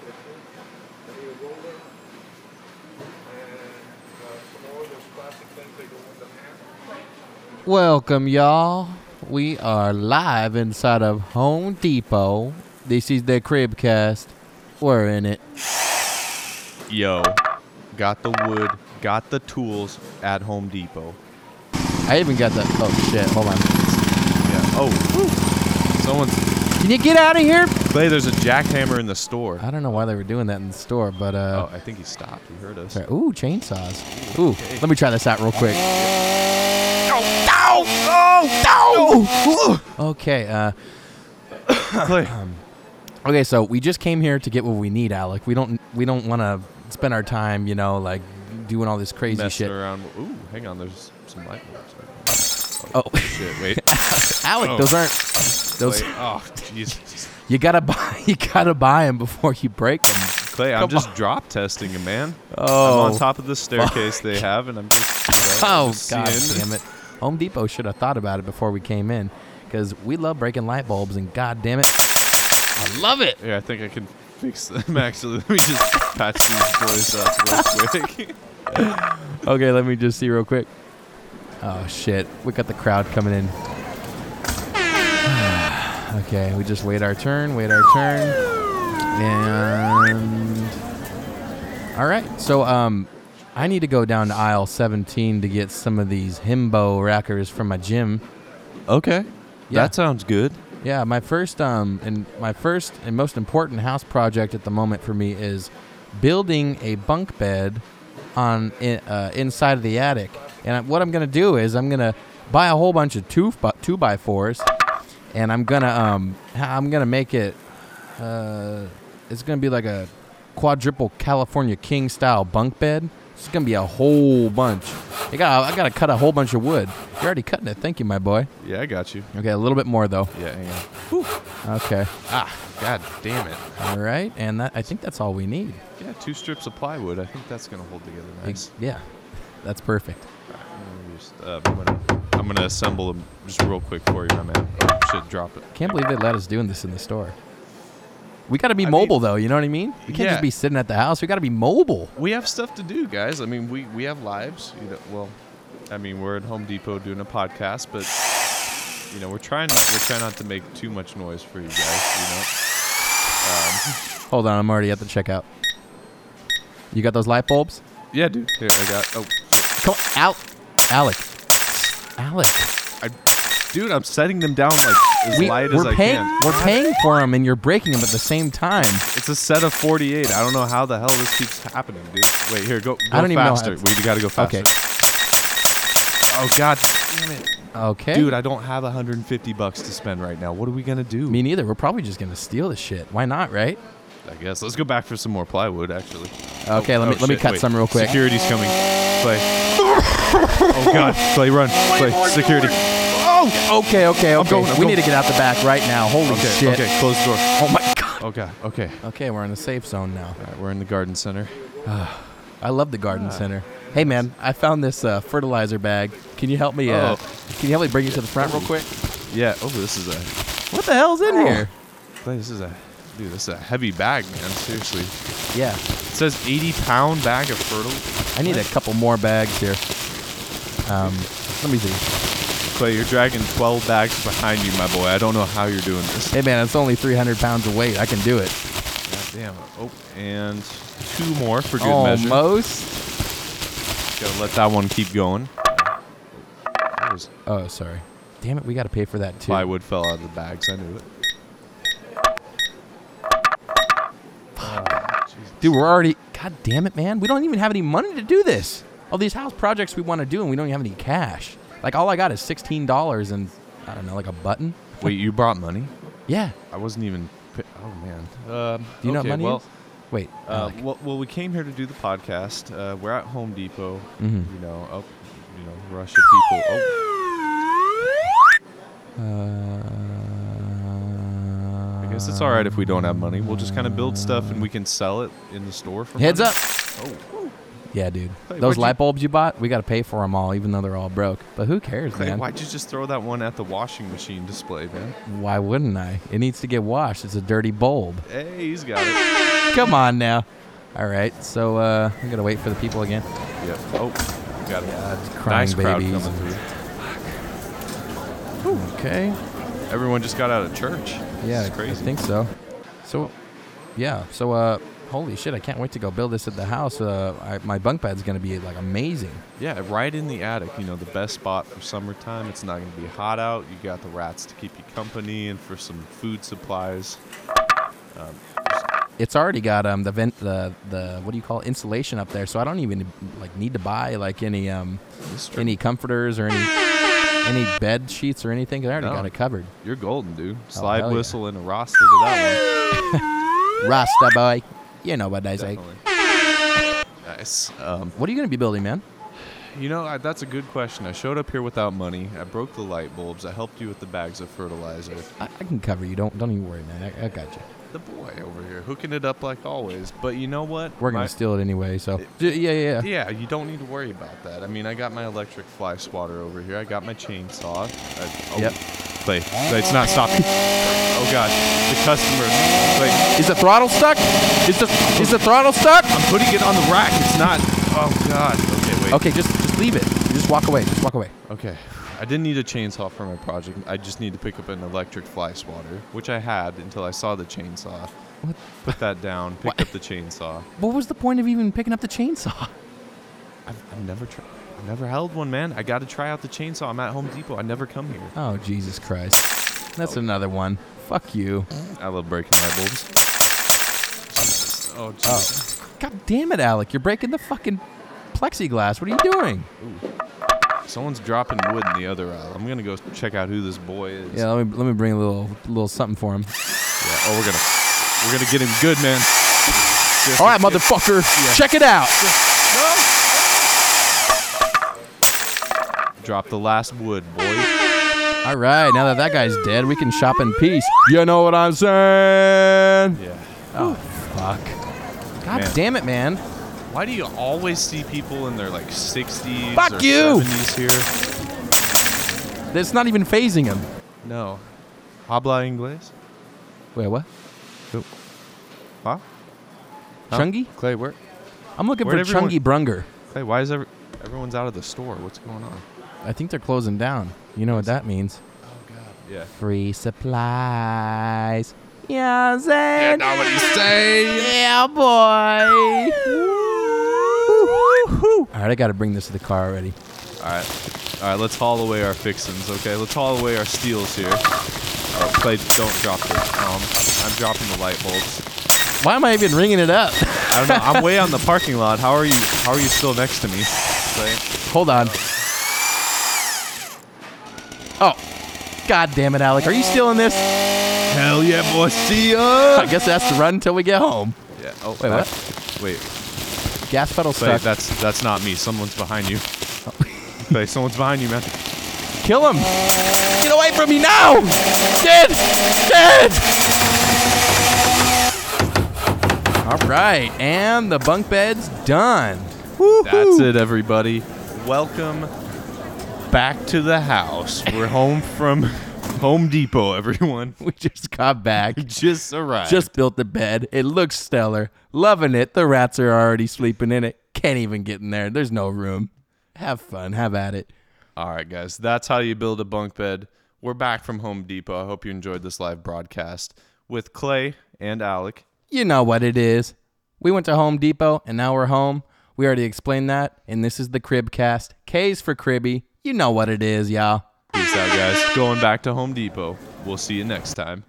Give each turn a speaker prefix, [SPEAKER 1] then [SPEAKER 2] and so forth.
[SPEAKER 1] Anita Roller. And uh, some more of those classic things they go with the ham.
[SPEAKER 2] Welcome, y'all. We are live inside of Home Depot. This is the Cribcast. We're in it.
[SPEAKER 3] Yo, got the wood, got the tools at Home Depot.
[SPEAKER 2] I even got the. Oh, shit. Hold on.
[SPEAKER 3] Yeah. Oh, whew. someone's
[SPEAKER 2] Can you get out of here?
[SPEAKER 3] Clay. There's a jackhammer in the store.
[SPEAKER 2] I don't know why they were doing that in the store, but.
[SPEAKER 3] Oh,
[SPEAKER 2] uh
[SPEAKER 3] I think he stopped. He heard us.
[SPEAKER 2] sorry. Ooh, chainsaws. Ooh, let me try this out real quick. Okay, uh,
[SPEAKER 3] Clay,
[SPEAKER 2] Okay, so we just came here to get what we need, Alec. We don't we don't want to spend our time, you know, like doing all this crazy
[SPEAKER 3] messing
[SPEAKER 2] shit.
[SPEAKER 3] around. Ooh, hang on. There's some light bulbs. Right
[SPEAKER 2] Oh,
[SPEAKER 3] now. Shit, wait.
[SPEAKER 2] Alec,
[SPEAKER 3] Oh.
[SPEAKER 2] those aren't those.
[SPEAKER 3] Clay, oh, Jesus.
[SPEAKER 2] You gotta buy you gotta buy them before you break them.
[SPEAKER 3] Clay, I'm
[SPEAKER 2] Come
[SPEAKER 3] just drop testing him, man.
[SPEAKER 2] Oh,
[SPEAKER 3] I'm on top of the staircase they have, and I'm just. you know, I'm
[SPEAKER 2] Oh
[SPEAKER 3] just
[SPEAKER 2] god
[SPEAKER 3] seeing-
[SPEAKER 2] damn it! Home Depot should have thought about it before we came in, because we love breaking light bulbs, and god damn it, I love it.
[SPEAKER 3] Yeah, I think I can fix them. Actually, let me just patch these boys up real quick.
[SPEAKER 2] Okay, let me just see real quick. Oh shit, we got the crowd coming in. okay, we just wait our turn, wait our turn, and all right. So um, I need to go down to aisle 17 to get some of these himbo rackers from my gym.
[SPEAKER 3] Okay.
[SPEAKER 2] Yeah.
[SPEAKER 3] That sounds good.
[SPEAKER 2] Yeah, my first um and my first and most important house project at the moment for me is building a bunk bed on i- uh, inside of the attic. And I- what I'm gonna do is I'm gonna buy a whole bunch of two f- two by fours, and I'm gonna um ha- I'm gonna make it. Uh, it's gonna be like a quadruple California king style bunk bed. It's gonna be a whole bunch. I got I gotta cut a whole bunch of wood. You're already cutting it. Thank you, my boy.
[SPEAKER 3] Yeah, I got you.
[SPEAKER 2] Okay, a little bit more though.
[SPEAKER 3] Yeah, hang on.
[SPEAKER 2] Okay.
[SPEAKER 3] Ah, god damn it.
[SPEAKER 2] All right, and that I think that's all we need.
[SPEAKER 3] Yeah, two strips of plywood. I think that's gonna hold together nice.
[SPEAKER 2] Ex- Yeah, that's perfect.
[SPEAKER 3] Let me just, uh, I'm, gonna, I'm gonna assemble them just real quick for you, my man. Oh, shit, drop it.
[SPEAKER 2] Can't believe they let us doing this in the store. We got to be
[SPEAKER 3] I
[SPEAKER 2] mobile though. You know what I mean? We can't
[SPEAKER 3] Yeah.
[SPEAKER 2] just be sitting at the house. We got to be mobile.
[SPEAKER 3] We have stuff to do, guys. I mean, we we have lives. You know, well, I mean, we're at Home Depot doing a podcast, but you know, we're trying we're trying not to make too much noise for you guys.
[SPEAKER 2] Hold on, I'm already at the checkout. You got those light bulbs?
[SPEAKER 3] You know. Yeah, dude. Here, I got. Oh, shit.
[SPEAKER 2] Come on, out, Alec. Alec,
[SPEAKER 3] I, dude, I'm setting them down like as
[SPEAKER 2] we,
[SPEAKER 3] light as
[SPEAKER 2] we're
[SPEAKER 3] I
[SPEAKER 2] paying
[SPEAKER 3] can.
[SPEAKER 2] we're paying for them, and you're breaking them at the same time.
[SPEAKER 3] It's a set of 48. I don't know how the hell this keeps happening, dude. Wait, here, go, go
[SPEAKER 2] I don't even know how
[SPEAKER 3] faster.
[SPEAKER 2] to-
[SPEAKER 3] we gotta go faster.
[SPEAKER 2] Okay,
[SPEAKER 3] Oh god, damn it,
[SPEAKER 2] okay,
[SPEAKER 3] dude! I don't have 150 bucks to spend right now. What are we gonna do?
[SPEAKER 2] Me neither. We're probably just gonna steal this shit. Why not, right?
[SPEAKER 3] I guess let's go back for some more plywood, actually.
[SPEAKER 2] Okay,
[SPEAKER 3] oh,
[SPEAKER 2] let me- let me cut some real quick.
[SPEAKER 3] Security's coming. Clay. oh god, Clay, run, Clay. Security. Oh.
[SPEAKER 2] Okay, okay, okay.
[SPEAKER 3] going, I'm
[SPEAKER 2] we
[SPEAKER 3] going.
[SPEAKER 2] need to get out the back right now. Holy
[SPEAKER 3] Okay.
[SPEAKER 2] shit!
[SPEAKER 3] Okay. Close the door.
[SPEAKER 2] Oh my god.
[SPEAKER 3] Oh god. Okay.
[SPEAKER 2] Okay, we're in the safe zone now. Ah.
[SPEAKER 3] All right, we're in the garden center.
[SPEAKER 2] I love the garden center. Hey man, I found this uh, fertilizer bag. Can you help me? Uh,
[SPEAKER 3] Oh.
[SPEAKER 2] Can you help me bring it to the front real quick?
[SPEAKER 3] Yeah. Oh, this is a.
[SPEAKER 2] What the hell's in here?
[SPEAKER 3] Clay, this is a. Dude, this is a heavy bag, man. Seriously.
[SPEAKER 2] Oh, Yeah,
[SPEAKER 3] It says 80 pound bag of fertile.
[SPEAKER 2] I need a couple more bags here. Um, let me see.
[SPEAKER 3] Clay, you're dragging 12 bags behind you, my boy. I don't know how you're doing this.
[SPEAKER 2] Hey man, it's only 300 pounds of weight. I can do it.
[SPEAKER 3] God damn. Oh, and two more for good measure.
[SPEAKER 2] Almost.
[SPEAKER 3] Gotta let that one keep going. That was-
[SPEAKER 2] Oh, sorry. Damn it, we got to pay for that too.
[SPEAKER 3] Plywood fell out of the bags. I knew it. Ah, Jesus.
[SPEAKER 2] Dude, we're already. God damn it, man. We don't even have any money to do this. All these house projects we want to do, and we don't even have any cash. Like, all I got is $16 and, I don't know, like a button?
[SPEAKER 3] Wait, you brought money?
[SPEAKER 2] Yeah.
[SPEAKER 3] I wasn't even. pi- Oh man. Um,
[SPEAKER 2] Do you know what
[SPEAKER 3] okay,
[SPEAKER 2] money
[SPEAKER 3] well,
[SPEAKER 2] is? Wait.
[SPEAKER 3] Uh,
[SPEAKER 2] Alec.
[SPEAKER 3] well, well, we came here to do the podcast. Uh, we're at Home Depot.
[SPEAKER 2] Mhm.
[SPEAKER 3] You know, oh, you know, Russia people. Oh,
[SPEAKER 2] Uh,
[SPEAKER 3] I guess it's all right if we don't have money. We'll just kind of build stuff and we can sell it in the store. For
[SPEAKER 2] Uh, Heads
[SPEAKER 3] money.
[SPEAKER 2] up.
[SPEAKER 3] Oh,
[SPEAKER 2] Yeah, dude.
[SPEAKER 3] Clay,
[SPEAKER 2] Those
[SPEAKER 3] what'd you-
[SPEAKER 2] light bulbs you bought, we got to pay for them all, even though they're all broke. But who cares,
[SPEAKER 3] Clay,
[SPEAKER 2] man?
[SPEAKER 3] why'd you just throw that one at the washing machine display, man?
[SPEAKER 2] Why wouldn't I? It needs to get washed. It's a dirty bulb.
[SPEAKER 3] Hey, he's got it.
[SPEAKER 2] Come on now. All right, so uh, I'm gonna wait for the people again.
[SPEAKER 3] Yep. Oh, got it.
[SPEAKER 2] Uh, crying
[SPEAKER 3] nice crowd
[SPEAKER 2] babies
[SPEAKER 3] coming
[SPEAKER 2] and-
[SPEAKER 3] through.
[SPEAKER 2] Okay.
[SPEAKER 3] Everyone just got out of church.
[SPEAKER 2] Yeah,
[SPEAKER 3] This is
[SPEAKER 2] I
[SPEAKER 3] crazy.
[SPEAKER 2] think so. So, yeah. So, uh, holy shit! I can't wait to go build this at the house. Uh, I, my bunk bed's gonna be like amazing.
[SPEAKER 3] Yeah, right in the attic. You know, the best spot for summertime. It's not going to be hot out. You got the rats to keep you company and for some food supplies.
[SPEAKER 2] It's already got um the vent the the what do you call it? insulation up there, so I don't even like need to buy like any um
[SPEAKER 3] This trip,
[SPEAKER 2] any comforters or any any bed sheets or anything. 'cause I already
[SPEAKER 3] No.
[SPEAKER 2] got it covered.
[SPEAKER 3] you're golden, dude.
[SPEAKER 2] Oh, hell
[SPEAKER 3] Slide
[SPEAKER 2] yeah.
[SPEAKER 3] whistle and a roster to that
[SPEAKER 2] Rasta boy, you know what I
[SPEAKER 3] one.
[SPEAKER 2] say.
[SPEAKER 3] Definitely. Nice. Um,
[SPEAKER 2] What are you gonna be building, man?
[SPEAKER 3] you know, I, that's a good question. I showed up here without money. I broke the light bulbs. I helped you with the bags of fertilizer.
[SPEAKER 2] I, I can cover you. Don't don't even worry, man. I, I got you.
[SPEAKER 3] The boy over here hooking it up like always. But you know what?
[SPEAKER 2] We're gonna
[SPEAKER 3] My-
[SPEAKER 2] steal it anyway. So J- yeah, yeah, yeah.
[SPEAKER 3] Yeah, you don't need to worry about that. I mean, I got my electric fly swatter over here. I got my chainsaw. I, oh,
[SPEAKER 2] Yep.
[SPEAKER 3] Clay, Clay, it's not stopping. Oh gosh, the customer. Clay,
[SPEAKER 2] Is the throttle stuck? Is the is the throttle stuck?
[SPEAKER 3] I'm putting it on the rack. It's not. Oh god. Okay, wait.
[SPEAKER 2] Okay, just just leave it. Just walk away. Just walk away.
[SPEAKER 3] Okay. I didn't need a chainsaw for my project. I just need to pick up an electric fly swatter, which I had until I saw the chainsaw.
[SPEAKER 2] What?
[SPEAKER 3] Put that down. Picked up the chainsaw.
[SPEAKER 2] What was the point of even picking up the chainsaw?
[SPEAKER 3] I've, I've never tried. I've never held one, man. I got to try out the chainsaw. I'm at Home Depot. I never come here.
[SPEAKER 2] Oh Jesus Christ! That's another one. Fuck you.
[SPEAKER 3] I love breaking light bulbs. Jesus. Oh, Jesus.
[SPEAKER 2] God damn it, Alec! You're breaking the fucking plexiglass. What are you doing?
[SPEAKER 3] Someone's dropping wood in the other aisle. I'm gonna go check out who this boy is.
[SPEAKER 2] Yeah, let me let me bring a little little something for him.
[SPEAKER 3] Yeah, Oh, we're gonna we're gonna get him good, man. Just-
[SPEAKER 2] All right, motherfucker, check it out.
[SPEAKER 3] Drop the last wood, boy.
[SPEAKER 2] All right, now that that guy's dead, we can shop in peace. You know what I'm saying?
[SPEAKER 3] Yeah.
[SPEAKER 2] Oh fuck! God
[SPEAKER 3] Man.
[SPEAKER 2] damn it, man!
[SPEAKER 3] Why do you always see people in their like 60s
[SPEAKER 2] Fuck
[SPEAKER 3] or
[SPEAKER 2] you!
[SPEAKER 3] 70s here?
[SPEAKER 2] That's not even phasing him.
[SPEAKER 3] No. Habla inglés?
[SPEAKER 2] Wait, what?
[SPEAKER 3] Huh? Huh?
[SPEAKER 2] Chungi?
[SPEAKER 3] Clay, where?
[SPEAKER 2] I'm looking
[SPEAKER 3] Where'd
[SPEAKER 2] for
[SPEAKER 3] everyone-
[SPEAKER 2] Chungi Brunger.
[SPEAKER 3] Clay, why is every, everyone's out of the store? What's going on?
[SPEAKER 2] I think they're closing down. You know what that means?
[SPEAKER 3] Oh God. Yeah.
[SPEAKER 2] Free supplies. Yeah, Zane.
[SPEAKER 3] what he's saying.
[SPEAKER 2] Yeah, boy. All right, I got to bring this to the car already.
[SPEAKER 3] All right, all right. Let's haul away our fixins, okay? Let's haul away our steals here. Oh, Clay, don't drop this. Um, I'm dropping the light bulbs.
[SPEAKER 2] Why am I even ringing it up?
[SPEAKER 3] I don't know. I'm way on the parking lot. How are you? How are you still next to me? Clay,
[SPEAKER 2] Hold on. Oh, god damn it, Alec. Are you still in this?
[SPEAKER 3] hell yeah, boy. See
[SPEAKER 2] I
[SPEAKER 3] ya.
[SPEAKER 2] guess it has to run until we get home.
[SPEAKER 3] Yeah. Oh,
[SPEAKER 2] Wait,
[SPEAKER 3] that-
[SPEAKER 2] what?
[SPEAKER 3] Wait,
[SPEAKER 2] Gas pedal
[SPEAKER 3] Clay.
[SPEAKER 2] stuck.
[SPEAKER 3] That's that's not me. Someone's behind you. Clay, someone's behind you, man.
[SPEAKER 2] Kill him! Get away from me now! Dead! Dead! All right, and the bunk bed's done. Woo-hoo.
[SPEAKER 3] That's it, everybody. Welcome back to the house. We're home from Home Depot, everyone.
[SPEAKER 2] We just got back.
[SPEAKER 3] Just arrived.
[SPEAKER 2] Just built the bed. It looks stellar. Loving it. The rats are already sleeping in it. Can't even get in there. There's no room. Have fun. Have at it.
[SPEAKER 3] All right, guys, that's how you build a bunk bed. We're back from Home Depot. I hope you enjoyed this live broadcast with Clay and Alec.
[SPEAKER 2] You know what it is. We went to Home Depot and now we're home. We already explained that. And this is the crib cast. K's for cribby. You know what it is, y'all.
[SPEAKER 3] Peace out, guys. Going back to Home Depot. We'll see you next time.